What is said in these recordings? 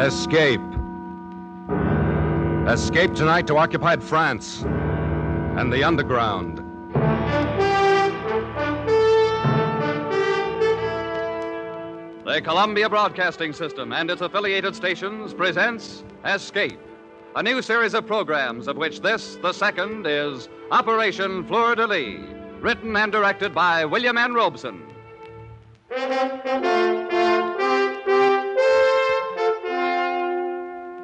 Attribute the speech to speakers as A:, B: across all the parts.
A: Escape. Escape tonight to occupied France and the underground. The Columbia Broadcasting System and its affiliated stations presents Escape, a new series of programs of which this, the second, is Operation Fleur de Lis, written and directed by William N. Robeson.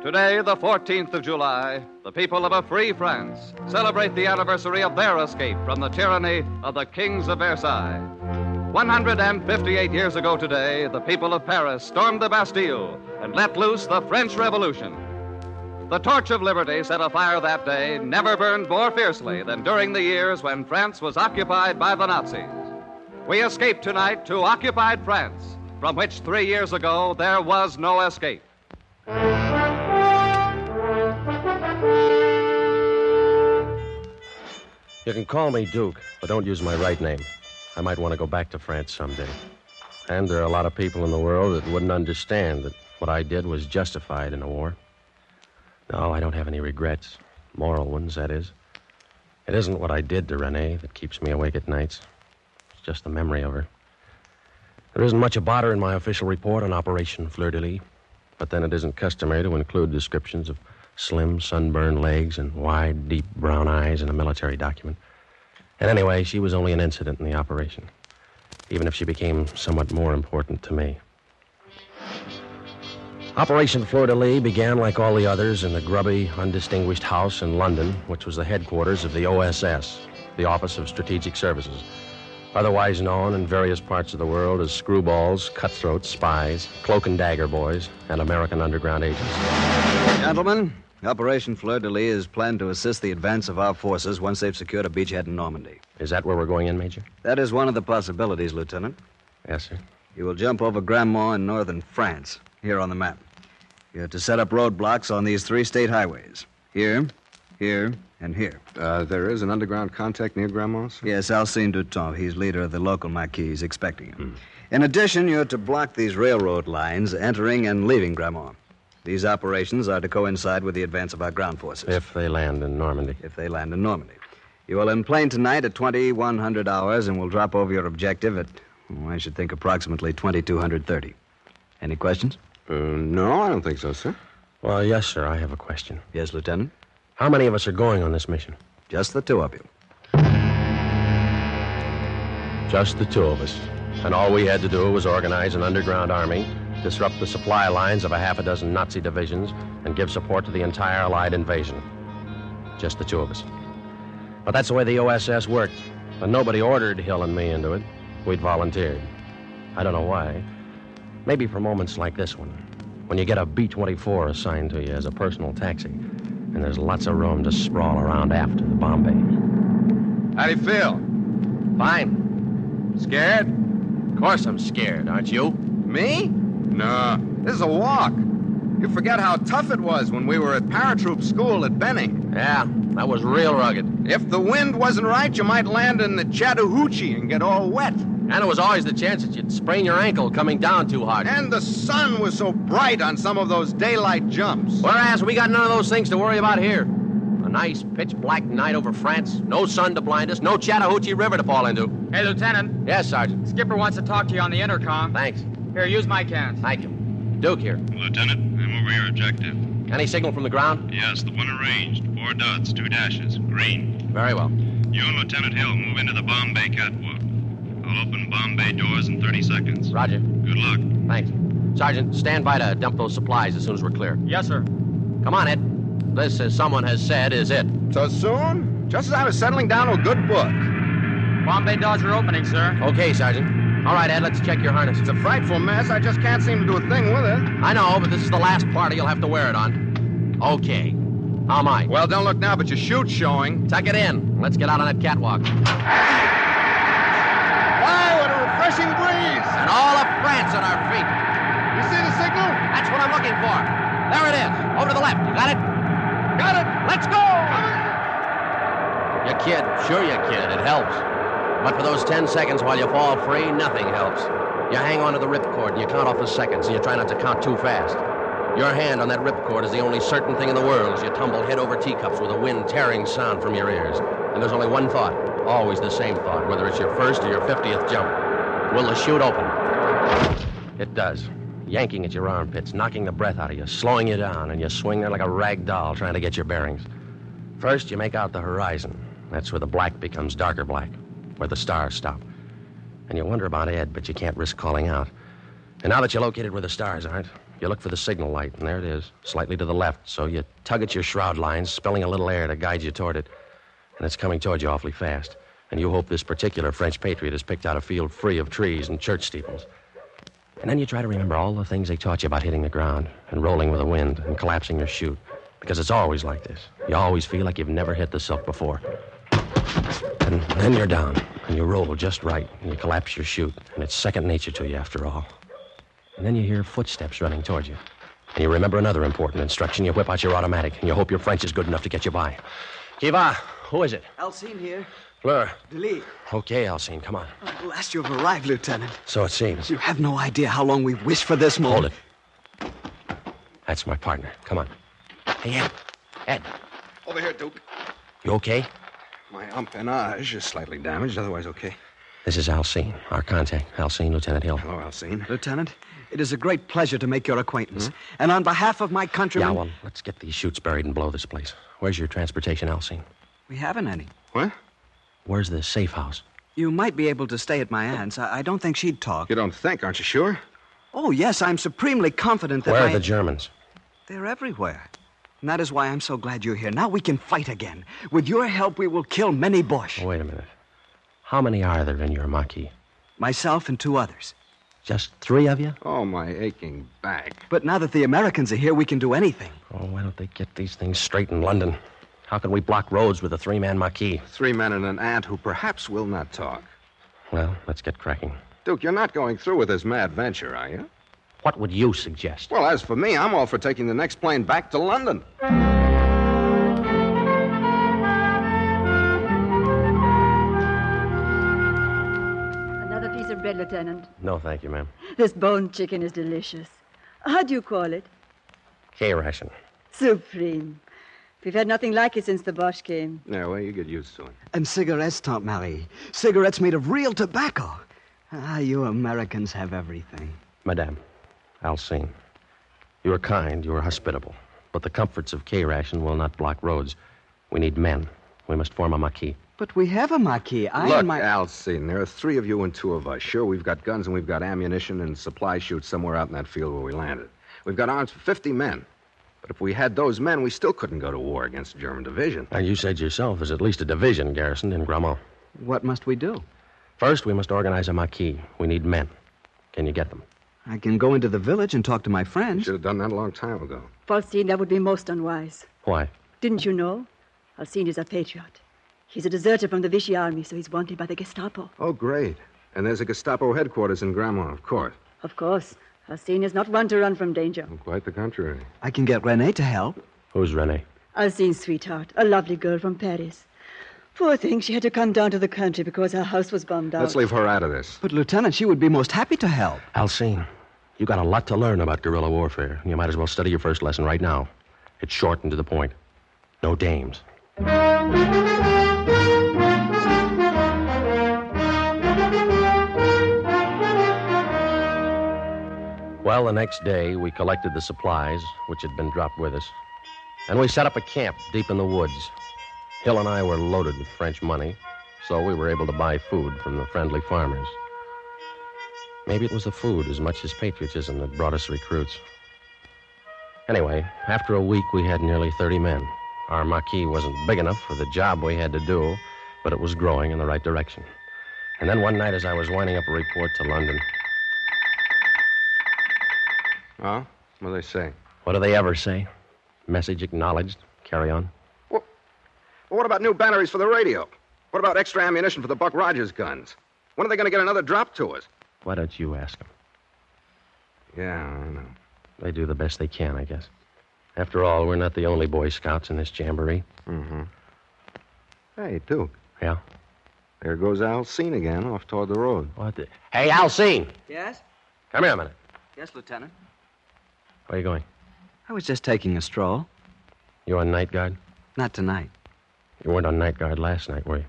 A: Today, the 14th of July, the people of a free France celebrate the anniversary of their escape from the tyranny of the kings of Versailles. 158 years ago today, the people of Paris stormed the Bastille and let loose the French Revolution. The torch of liberty set afire that day never burned more fiercely than during the years when France was occupied by the Nazis. We escape tonight to occupied France, from which three years ago there was no escape.
B: You can call me Duke, but don't use my right name. I might want to go back to France someday. And there are a lot of people in the world that wouldn't understand that what I did was justified in a war. No, I don't have any regrets. Moral ones, that is. It isn't what I did to Renee that keeps me awake at nights. It's just the memory of her. There isn't much about her in my official report on Operation Fleur de Lis, but then it isn't customary to include descriptions of slim, sunburned legs and wide, deep brown eyes in a military document. And anyway, she was only an incident in the operation, even if she became somewhat more important to me. Operation Fleur de Lis began like all the others in the grubby, undistinguished house in London, which was the headquarters of the OSS, the Office of Strategic Services, otherwise known in various parts of the world as screwballs, cutthroats, spies, cloak and dagger boys, and American underground agents.
C: Gentlemen, Operation Fleur de Lis is planned to assist the advance of our forces once they've secured a beachhead in Normandy.
B: Is that where we're going in, Major?
C: That is one of the possibilities, Lieutenant.
B: Yes, sir.
C: You will jump over Grandmont in northern France, here on the map. You have to set up roadblocks on these three state highways here, here, and here.
D: Uh, there is an underground contact near Grandma's?
C: Yes, Alcine Duton, he's leader of the local Marquis, is expecting him.
D: Hmm.
C: In addition, you're to block these railroad lines entering and leaving Grandmont. These operations are to coincide with the advance of our ground forces.
B: If they land in Normandy.
C: if they land in Normandy. You will plane tonight at 2100 hours and will drop over your objective at, oh, I should think, approximately 2230. Any questions?
D: Uh, no, I don't think so, sir.
B: Well, yes, sir, I have a question.
C: Yes, Lieutenant?
B: How many of us are going on this mission?
C: Just the two of you.
B: Just the two of us. And all we had to do was organize an underground army, disrupt the supply lines of a half a dozen Nazi divisions, and give support to the entire Allied invasion. Just the two of us. But that's the way the OSS worked. And nobody ordered Hill and me into it. We'd volunteered. I don't know why. Maybe for moments like this one, when you get a B 24 assigned to you as a personal taxi, and there's lots of room to sprawl around after the Bombay.
A: How do you feel?
B: Fine.
A: Scared?
B: Of course I'm scared, aren't you?
A: Me? No. This is a walk. You forget how tough it was when we were at paratroop school at Benning.
B: Yeah, that was real rugged.
A: If the wind wasn't right, you might land in the Chattahoochee and get all wet.
B: And it was always the chance that you'd sprain your ankle coming down too hard.
A: And the sun was so bright on some of those daylight jumps.
B: Whereas we got none of those things to worry about here. A nice pitch black night over France, no sun to blind us, no Chattahoochee River to fall into.
E: Hey, Lieutenant.
B: Yes, Sergeant.
E: Skipper wants to talk to you on the intercom.
B: Thanks.
E: Here, use my cans.
B: Thank you. Duke here.
F: Lieutenant, I'm over your objective.
B: Any signal from the ground?
F: Yes, the one arranged. Four dots, two dashes, green.
B: Very well.
F: You and Lieutenant Hill move into the Bombay catwalk. I'll open Bombay doors in 30 seconds.
B: Roger.
F: Good luck.
B: Thanks. Sergeant, stand by to dump those supplies as soon as we're clear.
E: Yes, sir.
B: Come on, Ed. This, as someone has said, is it.
A: So soon? Just as I was settling down to a good book.
E: Bombay doors are opening, sir.
B: Okay, Sergeant. All right, Ed, let's check your harness.
A: It's a frightful mess. I just can't seem to do a thing with it.
B: I know, but this is the last party you'll have to wear it on. Okay. How am I?
A: Well, don't look now, but your shoot showing.
B: Tuck it in. Let's get out on that catwalk. And
A: Why, what a refreshing breeze!
B: all of France on our feet.
A: You see the signal?
B: That's what I'm looking for. There it is. Over to the left. You got it? Got it. Let's go. You kid. Sure you kid. It helps. But for those ten seconds while you fall free, nothing helps. You hang on to the ripcord and you count off the seconds and you try not to count too fast. Your hand on that ripcord is the only certain thing in the world as you tumble head over teacups with a wind tearing sound from your ears. And there's only one thought, always the same thought, whether it's your first or your 50th jump. Will the chute open? It does. Yanking at your armpits, knocking the breath out of you, slowing you down, and you swing there like a rag doll trying to get your bearings. First, you make out the horizon. That's where the black becomes darker black, where the stars stop. And you wonder about Ed, but you can't risk calling out. And now that you're located where the stars aren't, you look for the signal light, and there it is, slightly to the left. So you tug at your shroud lines, spilling a little air to guide you toward it. And it's coming toward you awfully fast. And you hope this particular French patriot has picked out a field free of trees and church steeples. And then you try to remember all the things they taught you about hitting the ground and rolling with the wind and collapsing your chute. Because it's always like this. You always feel like you've never hit the silk before. And then you're down, and you roll just right, and you collapse your chute, and it's second nature to you after all. And then you hear footsteps running toward you. And you remember another important instruction. You whip out your automatic, and you hope your French is good enough to get you by. Kiva, who is it?
C: Alcine here.
B: Fleur.
C: Delee.
B: Okay, Alcine, come on.
C: Blast, you've arrived, Lieutenant.
B: So it seems.
C: You have no idea how long we've wished for this moment.
B: Hold it. That's my partner. Come on. Hey, Ed. Ed,
A: Over here, Duke.
B: you okay?
A: My empennage is slightly damaged, otherwise okay.
B: This is Alcine, our contact. Alcine, Lieutenant Hill.
C: Oh,
A: Hello, Alcine.
C: Lieutenant, it is a great pleasure to make your acquaintance. And on behalf of my countrymen,
B: Yeah, well, let's get these chutes buried and blow this place. Where's your transportation, Alcine?
C: we haven't any.
A: What?
B: Where's the safe house?
C: You might be able to stay at my aunt's. I, I don't think she'd talk.
A: You don't think, aren't you sure?
C: Oh, yes, I'm supremely confident that
B: Where
C: my-
B: are the Germans?
C: They're everywhere. And that is why I'm so glad you're here. Now we can fight again. With your help, we will kill many Bosch.
B: Wait a minute. How many are there in your maquis?
C: Myself and two others.
B: Just three of you?
A: Oh, my aching back.
C: But now that the Americans are here, we can do anything.
B: Oh, why don't they get these things straight in London? How can we block roads with a three man maquis?
A: Three men and an ant who perhaps will not talk.
B: Well, let's get cracking.
A: Duke, you're not going through with this mad venture, are you?
B: What would you suggest?
A: Well, as for me, I'm all for taking the next plane back to London.
G: Another piece of bread, Lieutenant.
B: No, thank you, ma'am.
G: This bone chicken is delicious. How do you call it?
B: K ration.
G: Supreme. We've had nothing like it since the Bosch came.
A: Yeah, well, you get used to it.
C: And cigarettes, Tante Marie. Cigarettes made of real tobacco. Ah, you Americans have everything.
B: Madame, Alcine, you are kind, you are hospitable, but the comforts of K ration will not block roads. We need men. We must form a maquis.
C: But we have a marquee. I
A: Look,
C: and my.
A: Alcine, there are three of you and two of us. Sure, we've got guns and we've got ammunition and supply chutes somewhere out in that field where we landed. We've got arms for 50 men. But if we had those men, we still couldn't go to war against the German division.
B: Now, you said yourself there's at least a division garrisoned in Grammont.
C: What must we do?
B: First, we must organize a maquis. We need men. Can you get them?
C: I can go into the village and talk to my
A: You
C: friends.
A: should have done that a long time ago.
G: Falstein, that would be most unwise.
B: Why?
G: Didn't you know? Alcine is a patriot. He's a deserter from the Vichy army, so he's wanted by the Gestapo.
A: Oh, great. And there's a Gestapo headquarters in Grammont, of course.
G: Of course, Alcine is not one to run from danger.
A: Quite the contrary.
C: I can get Renee to help.
B: Who's Rene?
G: Alcine's sweetheart, a lovely girl from Paris. Poor thing, she had to come down to the country because her house was bombed out.
A: Let's leave her out of this.
C: But, Lieutenant, she would be most happy to help.
B: Alcine, you got a lot to learn about guerrilla warfare. You might as well study your first lesson right now. It's short and to the point. No dames. Well, the next day, we collected the supplies which had been dropped with us, and we set up a camp deep in the woods. Hill and I were loaded with French money, so we were able to buy food from the friendly farmers. Maybe it was the food as much as patriotism that brought us recruits. Anyway, after a week, we had nearly 30 men. Our marquee wasn't big enough for the job we had to do, but it was growing in the right direction. And then one night, as I was winding up a report to London,
A: Huh? What do they say?
B: what do they ever say? Message acknowledged. Carry on.
A: Well, what about new batteries for the radio? What about extra ammunition for the Buck Rogers guns? When are they going to get another drop to us?
B: Why don't you ask them?
A: Yeah, I know.
B: They do the best they can, I guess. After all, we're not the only Boy Scouts in this jamboree.
A: Hey, Duke.
B: Yeah?
A: There goes Alcine again,
D: Oh.
A: off toward the road.
B: What the... Hey, Alcine!
C: Yes?
B: Come here a minute.
C: Yes, Lieutenant.
B: Where are you going?
C: I was just taking a stroll.
B: You on night guard?
C: Not tonight.
B: You weren't on night guard last night, were you?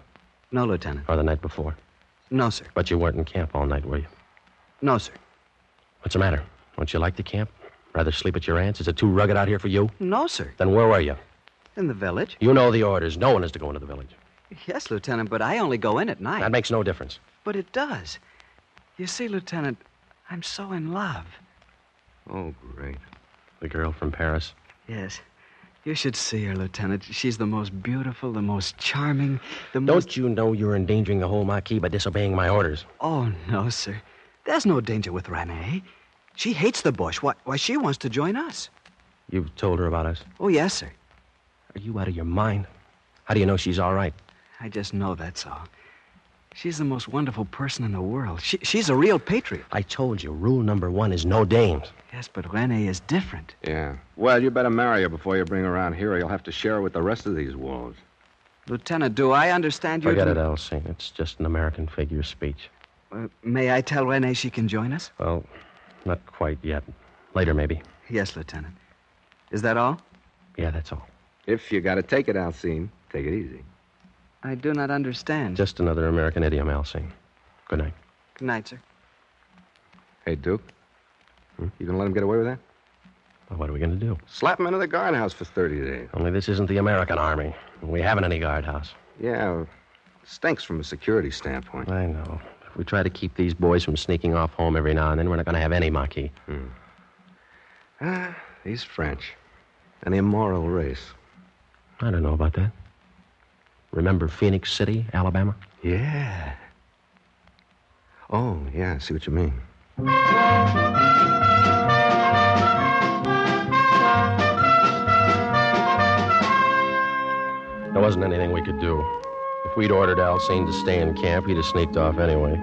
C: No, Lieutenant.
B: Or the night before?
C: No, sir.
B: But you weren't in camp all night, were you?
C: No, sir.
B: What's the matter? Don't you like the camp? Rather sleep at your aunt's? Is it too rugged out here for you?
C: No, sir.
B: Then where were you?
C: In the village?
B: You know the orders. No one is to go into the village.
C: Yes, Lieutenant, but I only go in at night.
B: That makes no difference.
C: But it does. You see, Lieutenant, I'm so in love.
D: Oh, great.
B: The girl from Paris.
C: Yes. You should see her, Lieutenant. She's the most beautiful, the most charming, the most.
B: Don't you know you're endangering the whole Marquis by disobeying my orders?
C: Oh, no, sir. There's no danger with Renee. She hates the bush. Why, why, she wants to join us.
B: You've told her about us.
C: Oh, yes, sir.
B: Are you out of your mind? How do you know she's all right?
C: I just know that's all. She's the most wonderful person in the world. She, she's a real patriot.
B: I told you, rule number one is no dames.
C: Yes, but Renee is different.
D: Yeah. Well, you better marry her before you bring her out here, or you'll have to share her with the rest of these wolves.
C: Lieutenant, do I understand you?
B: Forget
C: to-
B: it, Elsie. It's just an American figure of speech.
C: Uh, may I tell Renee she can join us?
B: Well, not quite yet. Later, maybe.
C: Yes, Lieutenant. Is that all?
B: Yeah, that's all.
D: If you gotta take it, Alcine, take it easy.
C: I do not understand.
B: Just another American idiom, Elsie. Good night.
C: Good night, sir.
D: Hey, Duke. Hmm? You gonna let him get away with that?
B: Well, what are we going to do?
D: Slap him into the guardhouse for 30 days.
B: Only this isn't the American army. We haven't any guardhouse.
D: Yeah. Stinks from a security standpoint.
B: I know. If we try to keep these boys from sneaking off home every now and then, we're not going to have any Maquis.
D: Ah, He's French. An immoral race.
B: I don't know about that. Remember Phoenix City, Alabama?
D: Yeah. Oh, yeah, I see what you mean.
B: There wasn't anything we could do. If we'd ordered Alcine to stay in camp, he'd have sneaked off anyway.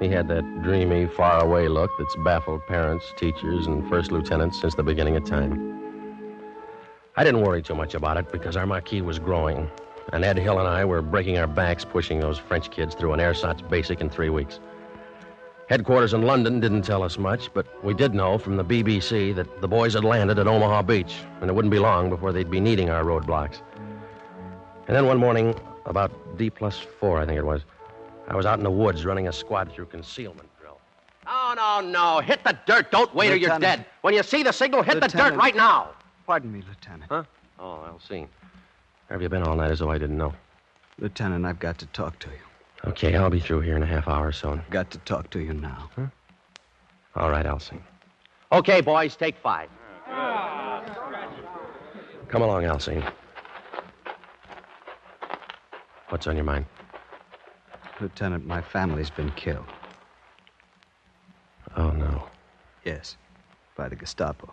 B: He had that dreamy, faraway look that's baffled parents, teachers, and first lieutenants since the beginning of time. I didn't worry too much about it because our marquee was growing, and Ed Hill and I were breaking our backs pushing those French kids through an ersatz basic in three weeks. Headquarters in London didn't tell us much, but we did know from the BBC that the boys had landed at Omaha Beach, and it wouldn't be long before they'd be needing our roadblocks. And then one morning, about D plus four, I think it was, I was out in the woods running a squad through concealment drill. No, no, no. Hit the dirt. Don't wait or you're
C: Lieutenant.
B: dead. When you see the signal, hit the dirt
C: Lieutenant.
B: right now.
C: Pardon me, Lieutenant.
B: Huh? Oh, I'll see. Where have you been all night as though I didn't know?
C: Lieutenant, I've got to talk to you.
B: Okay, I'll be through here in a half hour or so.
C: I've got to talk to you now.
B: All right, I'll sing. Okay, boys, take five. Come along, Alcine. What's on your mind?
C: Lieutenant, my family's been killed.
B: Oh, no.
C: Yes, by the Gestapo. They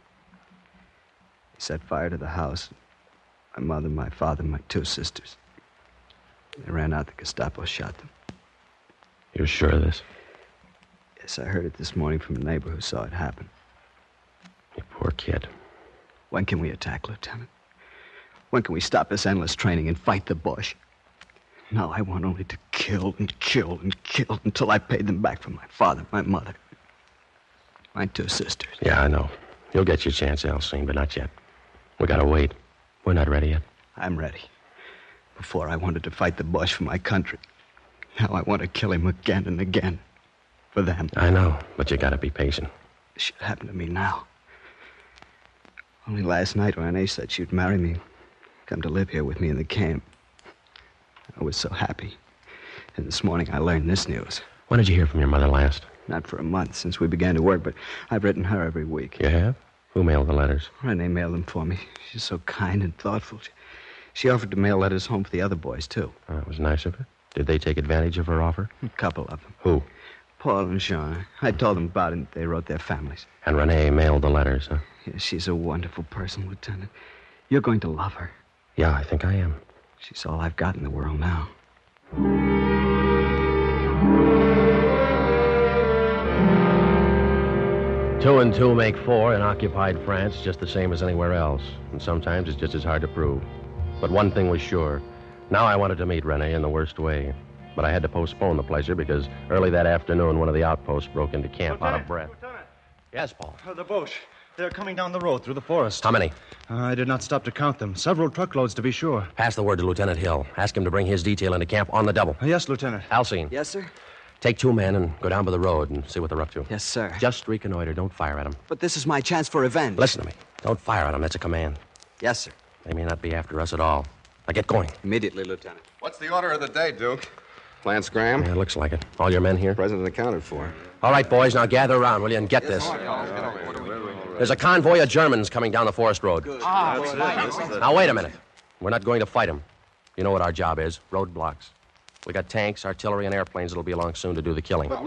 C: set fire to the house. My mother, my father, my two sisters. They ran out. The Gestapo shot them.
B: You're sure of this?
C: Yes, I heard it this morning from a neighbor who saw it happen.
B: You poor kid.
C: When can we attack, Lieutenant? When can we stop this endless training and fight the Bosch? No, I want only to kill and kill and kill until I pay them back for my father, my mother, my two sisters.
B: Yeah, I know. You'll get your chance, Alcine, but not yet. We gotta wait. We're not ready yet.
C: I'm ready. Before I wanted to fight the Bosch for my country. Now I want to kill him again and again. For them.
B: I know, but you gotta be patient.
C: It should happen to me now. Only last night, Renee said she'd marry me, come to live here with me in the camp. I was so happy. And this morning I learned this news.
B: When did you hear from your mother last?
C: Not for a month since we began to work, but I've written her every week.
B: You have? Who mailed the letters?
C: Renee mailed them for me. She's so kind and thoughtful. She, she offered to mail letters home for the other boys, too.
B: Oh, that was nice of her. Did they take advantage of her offer?
C: A couple of them.
B: Who?
C: Paul and Jean. I told them about it, and they wrote their families.
B: And Renee mailed the letters, huh?
C: Yeah, she's a wonderful person, Lieutenant. You're going to love her.
B: Yeah, I think I am.
C: She's all I've got in the world now.
B: Two and two make four in occupied France, just the same as anywhere else. And sometimes it's just as hard to prove. But one thing was sure. Now I wanted to meet Renee in the worst way. But I had to postpone the pleasure because early that afternoon, one of the outposts broke into camp out of breath. Yes, Paul.
F: The Boche. They're coming down the road through the forest.
B: How many?
F: I did not stop to count them. Several truckloads, to be sure.
B: Pass the word to Lieutenant Hill. Ask him to bring his detail into camp on the double.
F: Yes, Lieutenant.
B: Alcine,
C: Yes, sir?
B: take two men and go down by the road and see what they're up to.
C: Yes, sir.
B: Just reconnoiter. Don't fire at them.
C: But this is my chance for revenge.
B: Listen to me. Don't fire at them. That's a command.
C: Yes, sir.
B: They may not be after us at all. Now get going.
C: Immediately, Lieutenant.
D: What's the order of the day, Duke? Lance Graham?
B: Yeah, looks like it. All your men here?
D: President accounted for.
B: All right, boys, now gather around, will you, and get this. There's a convoy of Germans coming down the forest road. Now, wait a minute. We're not going to fight them. You know what our job is roadblocks. We got tanks, artillery, and airplanes that'll be along soon to do the killing. Now,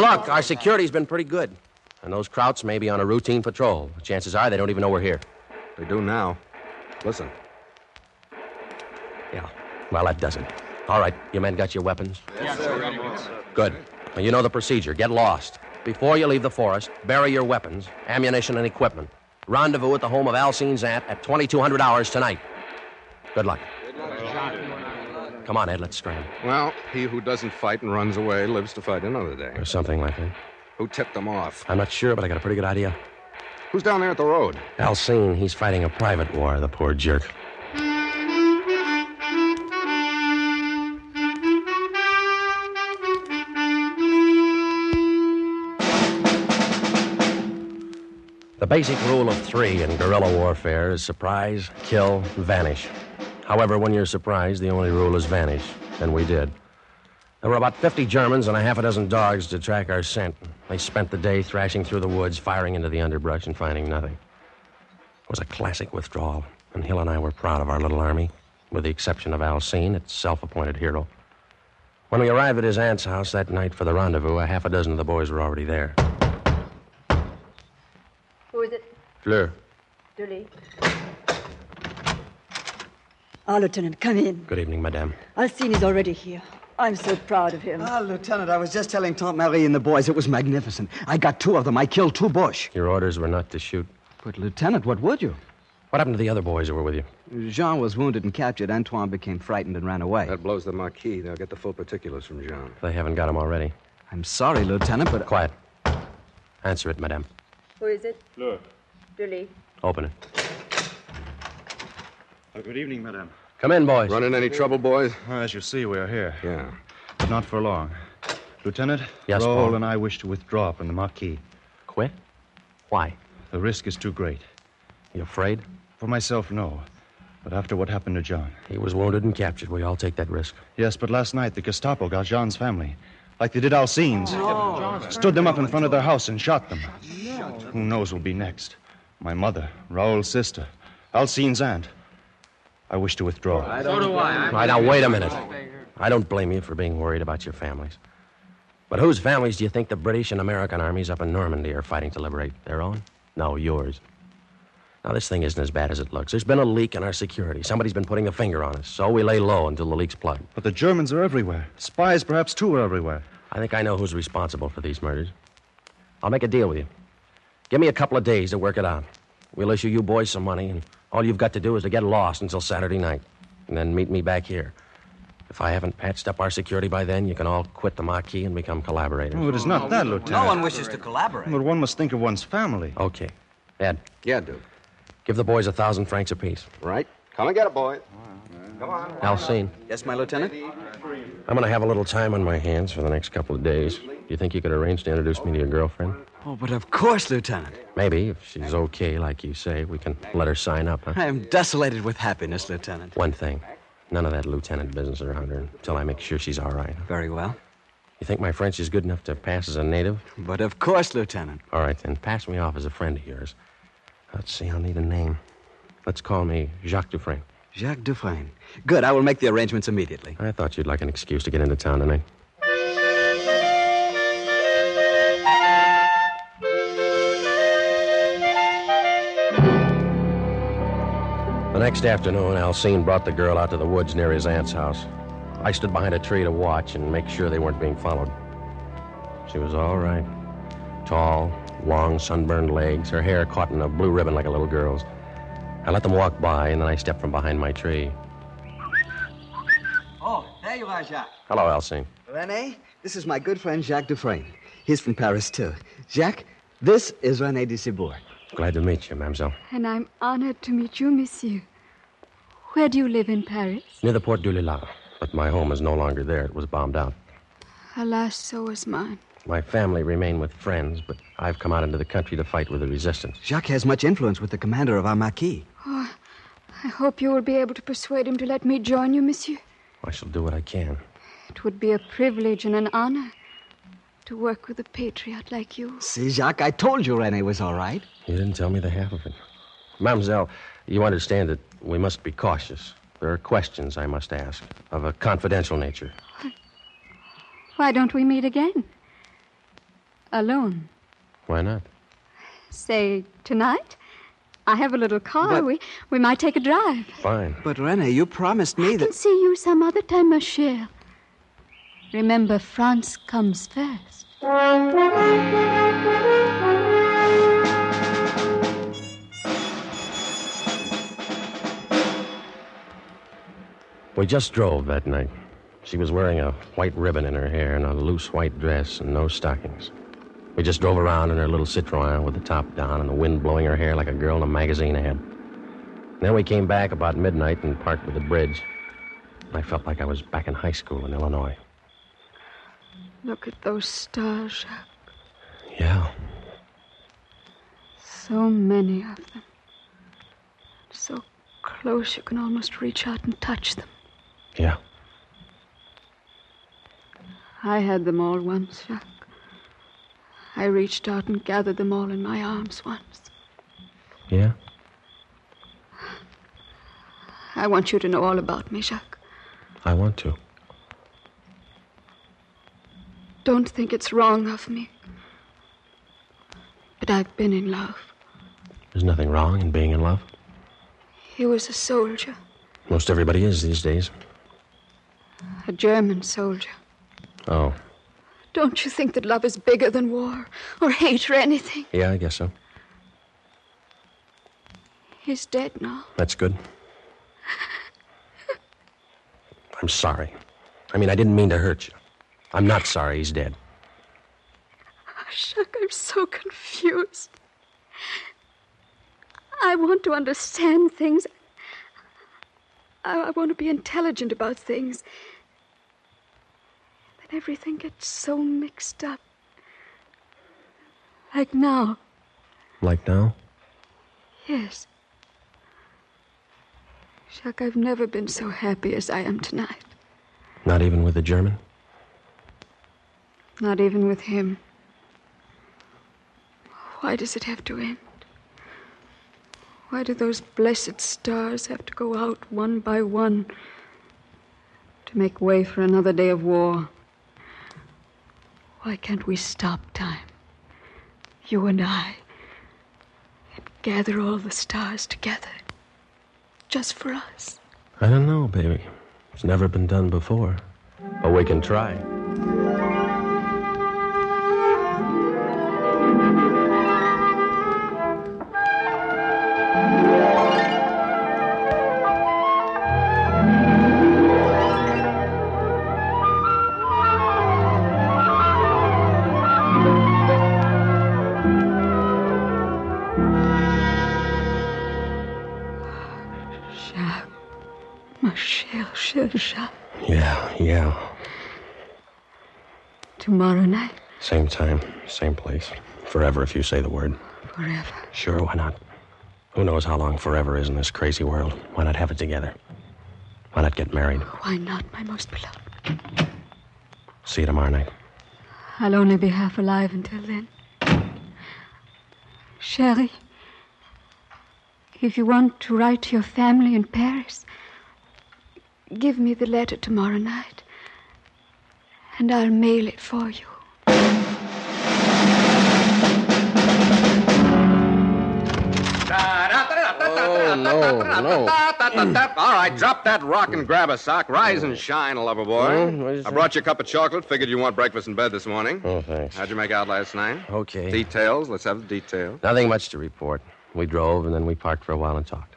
B: look, our security's been pretty good. And those Krauts may be on a routine patrol. Chances are they don't even know we're here.
D: They do now. Listen.
B: Yeah. Well, that doesn't. All right, you men got your weapons? Yes, sir. Good. Well, you know the procedure. Get lost. Before you leave the forest, bury your weapons, ammunition, and equipment. Rendezvous at the home of Alcine's aunt at 2200 hours tonight. Good luck. Come on, Ed, let's scram.
D: Well, he who doesn't fight and runs away lives to fight another day.
B: Or something like that.
D: Who tipped them off?
B: I'm not sure, but I got a pretty good idea.
D: Who's down there at the road?
B: Alcine, he's fighting a private war, the poor jerk. The basic rule of three in guerrilla warfare is surprise, kill, vanish. However, when you're surprised, the only rule is vanish, and we did. There were about 50 Germans and a half a dozen dogs to track our scent. They spent the day thrashing through the woods, firing into the underbrush, and finding nothing. It was a classic withdrawal, and Hill and I were proud of our little army, with the exception of Alcine, its self appointed hero. When we arrived at his aunt's house that night for the rendezvous, a half a dozen of the boys were already there.
H: Who is it?
B: Fleur.
H: Julie.
G: Ah, Lieutenant, come in.
B: Good evening, madame.
G: Alcine is already here. I'm so proud of him.
C: Ah, Lieutenant, I was just telling Tante Marie and the boys it was magnificent. I got two of them. I killed two Bush.
B: Your orders were not to shoot.
C: But, Lieutenant, what would you?
B: What happened to the other boys who were with you?
C: Jean was wounded and captured. Antoine became frightened and ran away.
D: That blows the marquis. They'll get the full particulars from John.
B: They haven't got him already.
C: I'm sorry, Lieutenant, but.
B: Quiet. Answer it, madame.
H: Who is it? Look. Julie.
B: Open it.
F: good evening, madame.
B: Come in, boys.
D: Run in any trouble, boys?
F: As you see, we are here,
D: Yeah.
F: but not for long. Lieutenant,
B: Yes,
F: Raoul
B: Paul?
F: and I wish to withdraw from the Marquis.
B: Quit? Why?
F: The risk is too great.
B: You afraid?
F: For myself, no. But after what happened to John.
B: He was wounded and captured. We all take that risk.
F: Yes, but last night the Gestapo got Jean's family, like they did Alcine's. Stood them up in front of their house and shot them. Who knows who'll be next? My mother, Raoul's sister, Alcine's aunt. I wish to withdraw.
E: So do I.
B: All right, now, wait a minute. I don't blame you for being worried about your families. But whose families do you think the British and American armies up in Normandy are fighting to liberate? Their own? No, yours. Now, this thing isn't as bad as it looks. There's been a leak in our security. Somebody's been putting a finger on us, so we lay low until the leak's plugged.
F: But the Germans are everywhere. Spies, perhaps, too, are everywhere.
B: I think I know who's responsible for these murders. I'll make a deal with you. Give me a couple of days to work it out. We'll issue you boys some money, and all you've got to do is to get lost until Saturday night, and then meet me back here. If I haven't patched up our security by then, you can all quit the Marquis and become collaborators.
F: Oh, it is not that, Lieutenant.
C: wishes to collaborate.
F: But one must think of one's family.
B: Okay. Ed,
D: Yeah, Duke.
B: give the boys a thousand francs apiece.
D: Right? Come and get it, boys.
B: Alcine,
C: Yes, my Lieutenant?
B: I'm going to have a little time on my hands for the next couple of days. Do you think you could arrange to introduce me to your girlfriend?
C: Oh, but of course, Lieutenant.
B: Maybe, if she's okay, like you say, we can let her sign up, huh?
C: I am desolated with happiness, Lieutenant.
B: One thing. None of that lieutenant business around her until I make sure she's all right.
C: Very well.
B: You think my French is good enough to pass as a native?
C: But of course, Lieutenant.
B: All right, then. Pass me off as a friend of yours. Let's see, I'll need a name. Let's call me Jacques Dufresne.
C: Jacques Dufresne. Good, I will make the arrangements immediately.
B: I thought you'd like an excuse to get into town tonight. The next afternoon, Alcine brought the girl out to the woods near his aunt's house. I stood behind a tree to watch and make sure they weren't being followed. She was all right. Tall, long, sunburned legs, her hair caught in a blue ribbon like a little girl's. I let them walk by, and then I stepped from behind my tree.
C: Oh, there you are, Jacques.
B: Hello, Alcine.
C: Rene, this is my good friend Jacques Dufresne. He's from Paris, too. Jacques, this is Rene de Cibourg.
B: Glad to meet you, mademoiselle.
I: And I'm honored to meet you, monsieur. Where do you live in Paris?
B: Near the Port du Lilas, but my home is no longer there. It was bombed out.
I: Alas, so was mine.
B: My family remain with friends, but I've come out into the country to fight with the resistance.
C: Jacques has much influence with the commander of our Marquis.
I: Oh, I hope you will be able to persuade him to let me join you, monsieur.
B: I shall do what I can.
I: It would be a privilege and an honor to work with a patriot like you.
C: See, Jacques, I told you Rene was all right.
B: You didn't tell me the half of it. Mademoiselle, you understand that we must be cautious. There are questions I must ask of a confidential nature.
I: Why don't we meet again? Alone.
B: Why not?
I: Say, tonight? I have a little car. We, we might take a drive.
B: Fine.
C: But, Rene, you promised me
I: I
C: that.
I: can see you some other time, ma chère. Remember, France comes first.
B: We just drove that night. She was wearing a white ribbon in her hair and a loose white dress and no stockings. We just drove around in her little Citroën with the top down and the wind blowing her hair like a girl in a magazine ad. Then we came back about midnight and parked by the bridge. I felt like I was back in high school in Illinois.
I: Look at those stars, Jacques.
B: Yeah.
I: So many of them. So close you can almost reach out and touch them.
B: Yeah.
I: I had them all once, Jacques. I reached out and gathered them all in my arms once.
B: Yeah?
I: I want you to know all about me, Jacques.
B: I want to.
I: Don't think it's wrong of me. But I've been in love.
B: There's nothing wrong in being in love.
I: He was a soldier,
B: Most everybody is these days.
I: a German soldier.
B: Oh,
I: Don't you think that love is bigger than war or hate or anything?
B: yeah, I guess so.
I: He's dead now.
B: That's good. I'm sorry. I mean, I didn't mean to hurt you. I'm not sorry he's dead.
I: Oh, Jacques, I'm so confused. I want to understand things. I, I want to be intelligent about things. But everything gets so mixed up. Like now,
B: Like now?
I: yes. Jacques, I've never been so happy as I am tonight.
B: Not even with the German?
I: Not even with him. Why does it have to end? Why do those blessed stars have to go out one by one to make way for another day of war? Why can't we stop time? You and I. And gather all the stars together. Just for us.
B: I don't know, baby. It's never been done before. But we can try.
I: Jacques. Ma chère, chère Jacques.
B: Yeah, yeah.
I: Tomorrow night,
B: Same time, same place. Forever, if you say the word.
I: forever.
B: Sure, why not? Who knows how long forever is in this crazy world? Why not have it together? Why not get married?
I: Why not, my most beloved?
B: See you tomorrow night.
I: I'll only be half alive until then. Sherry, if you want to write to your family in Paris, give me the letter tomorrow night, and I'll mail it for you.
D: Oh, no, no.
A: All right, drop that rock and grab a sock. Rise and shine, lover
B: Hmm, what
A: boy.
B: is
A: I
B: that?
A: brought you a cup of chocolate. Figured you want breakfast in bed this morning.
B: Oh, thanks.
A: How'd you make out last night?
B: Okay.
A: Details. Let's have the details.
B: Nothing much to report. We drove and then we parked for a while and talked.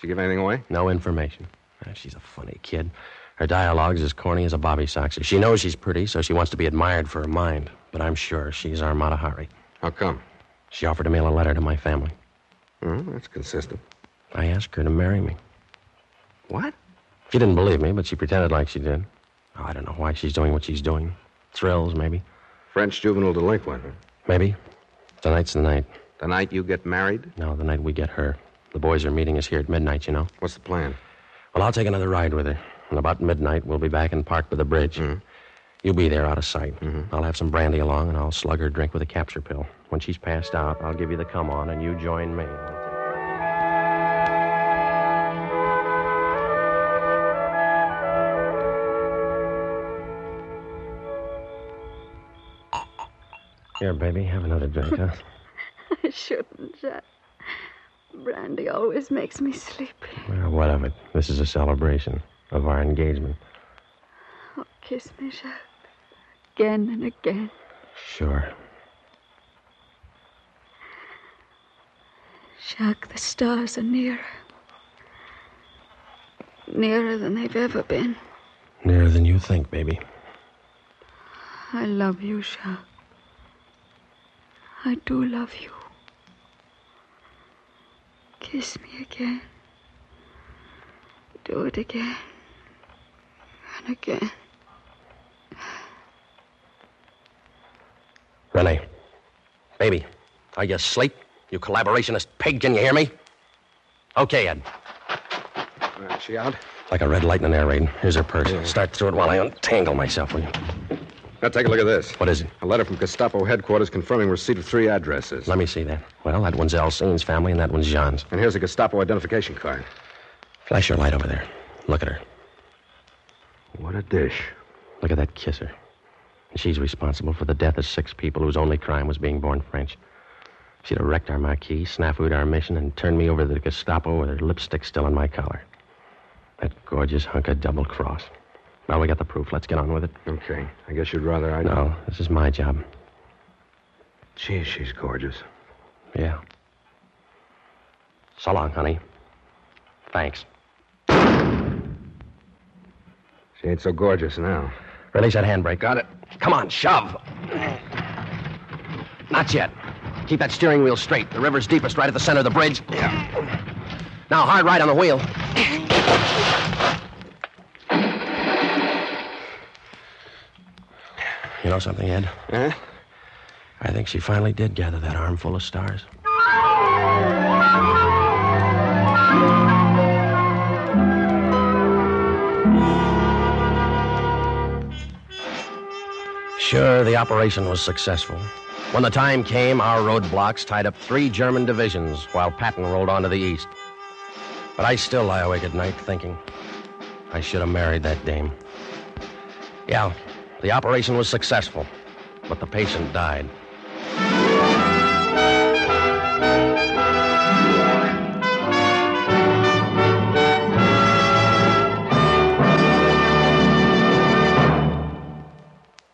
A: She give anything away?
B: No information. Ah, She's a funny kid. Her dialogue's as corny as a bobby soxer. She knows she's pretty, so she wants to be admired for her mind. But I'm sure she's Armada Hari.
A: How come?
B: She offered to mail a letter to my family.
D: Well, that's consistent.
B: I asked her to marry me.
D: What?
B: She didn't believe me, but she pretended like she did. Oh, I don't know why she's doing what she's doing. Thrills, maybe.
D: French juvenile delinquent. huh?
B: Maybe. Tonight's the night.
D: The night you get married?
B: No, the night we get her. The boys are meeting us here at midnight, you know.
D: What's the plan?
B: Well, I'll take another ride with her. And about midnight, we'll be back in park by the bridge. You'll be there out of sight. I'll have some brandy along, and I'll slug her drink with a capture pill. When she's passed out, I'll give you the come on, and you join me. Here, baby, have another drink, huh?
I: I shouldn't. Uh, brandy always makes me sleepy.
B: Well, what of it? This is a celebration of our engagement.
I: Oh, kiss me, Jacques. Again and again.
B: Sure.
I: Jacques, the stars are nearer. Nearer than they've ever been.
B: Nearer than you think, baby.
I: I love you, Jacques. I do love you. Kiss me again. Do it again. And again.
B: Renee. Baby, are you asleep? You collaborationist pig, can you hear me? Okay, Ed.
D: All right, Uh, she out?
B: Like a red light in an air raid. Here's her purse. Start through it while I untangle myself, will you?
D: Now take a look at this.
B: What is it?
D: A letter from Gestapo headquarters confirming receipt of three addresses.
B: Let me see that. Well, that one's Alcine's family, and that one's Jean's.
D: And here's a Gestapo identification card.
B: Flash your light over there. Look at her.
D: What a dish.
B: Look at that kisser. And she's responsible for the death of six people whose only crime was being born French. She'd have wrecked our marquis, snafu'd our mission, and turned me over to the Gestapo with her lipstick still on my collar. That gorgeous hunk of double cross. Now we got the proof. Let's get on with it.
D: Okay. I guess you'd rather I.
B: No, this is my job.
D: Gee, she's gorgeous.
B: Yeah. So long, honey. Thanks.
D: She ain't so gorgeous now.
B: Release that handbrake.
D: Got it.
B: Come on, shove. Not yet. Keep that steering wheel straight. The river's deepest right at the center of the bridge. Yeah. Now, hard right on the wheel. You know something, Ed?
D: Huh?
B: I think she finally did gather that armful of stars. Sure, the operation was successful. When the time came, our roadblocks tied up three German divisions while Patton rolled on to the east. But I still lie awake at night thinking I should have married that dame. Yeah, the operation was successful, but the patient died.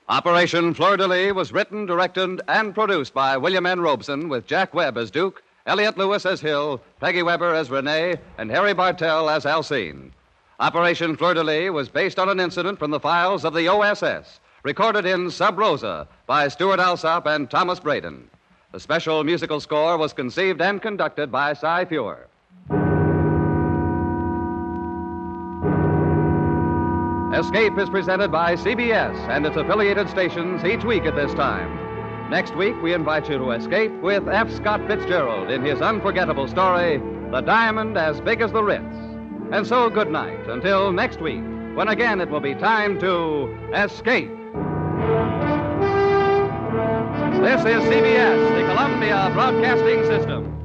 A: Operation Fleur de Lis was written, directed, and produced by William N. Robeson with Jack Webb as Duke, Elliot Lewis as Hill, Peggy Weber as Renee, and Harry Bartell as Alcine. Operation Fleur de Lis was based on an incident from the files of the OSS, recorded in Sub Rosa by Stuart Alsop and Thomas Braden. The special musical score was conceived and conducted by Cy Fuhrer. Escape is presented by CBS and its affiliated stations each week at this time. Next week, we invite you to escape with F. Scott Fitzgerald in his unforgettable story, The Diamond as Big as the Ritz. And so, good night until next week, when again it will be time to escape. This is CBS, the Columbia Broadcasting System.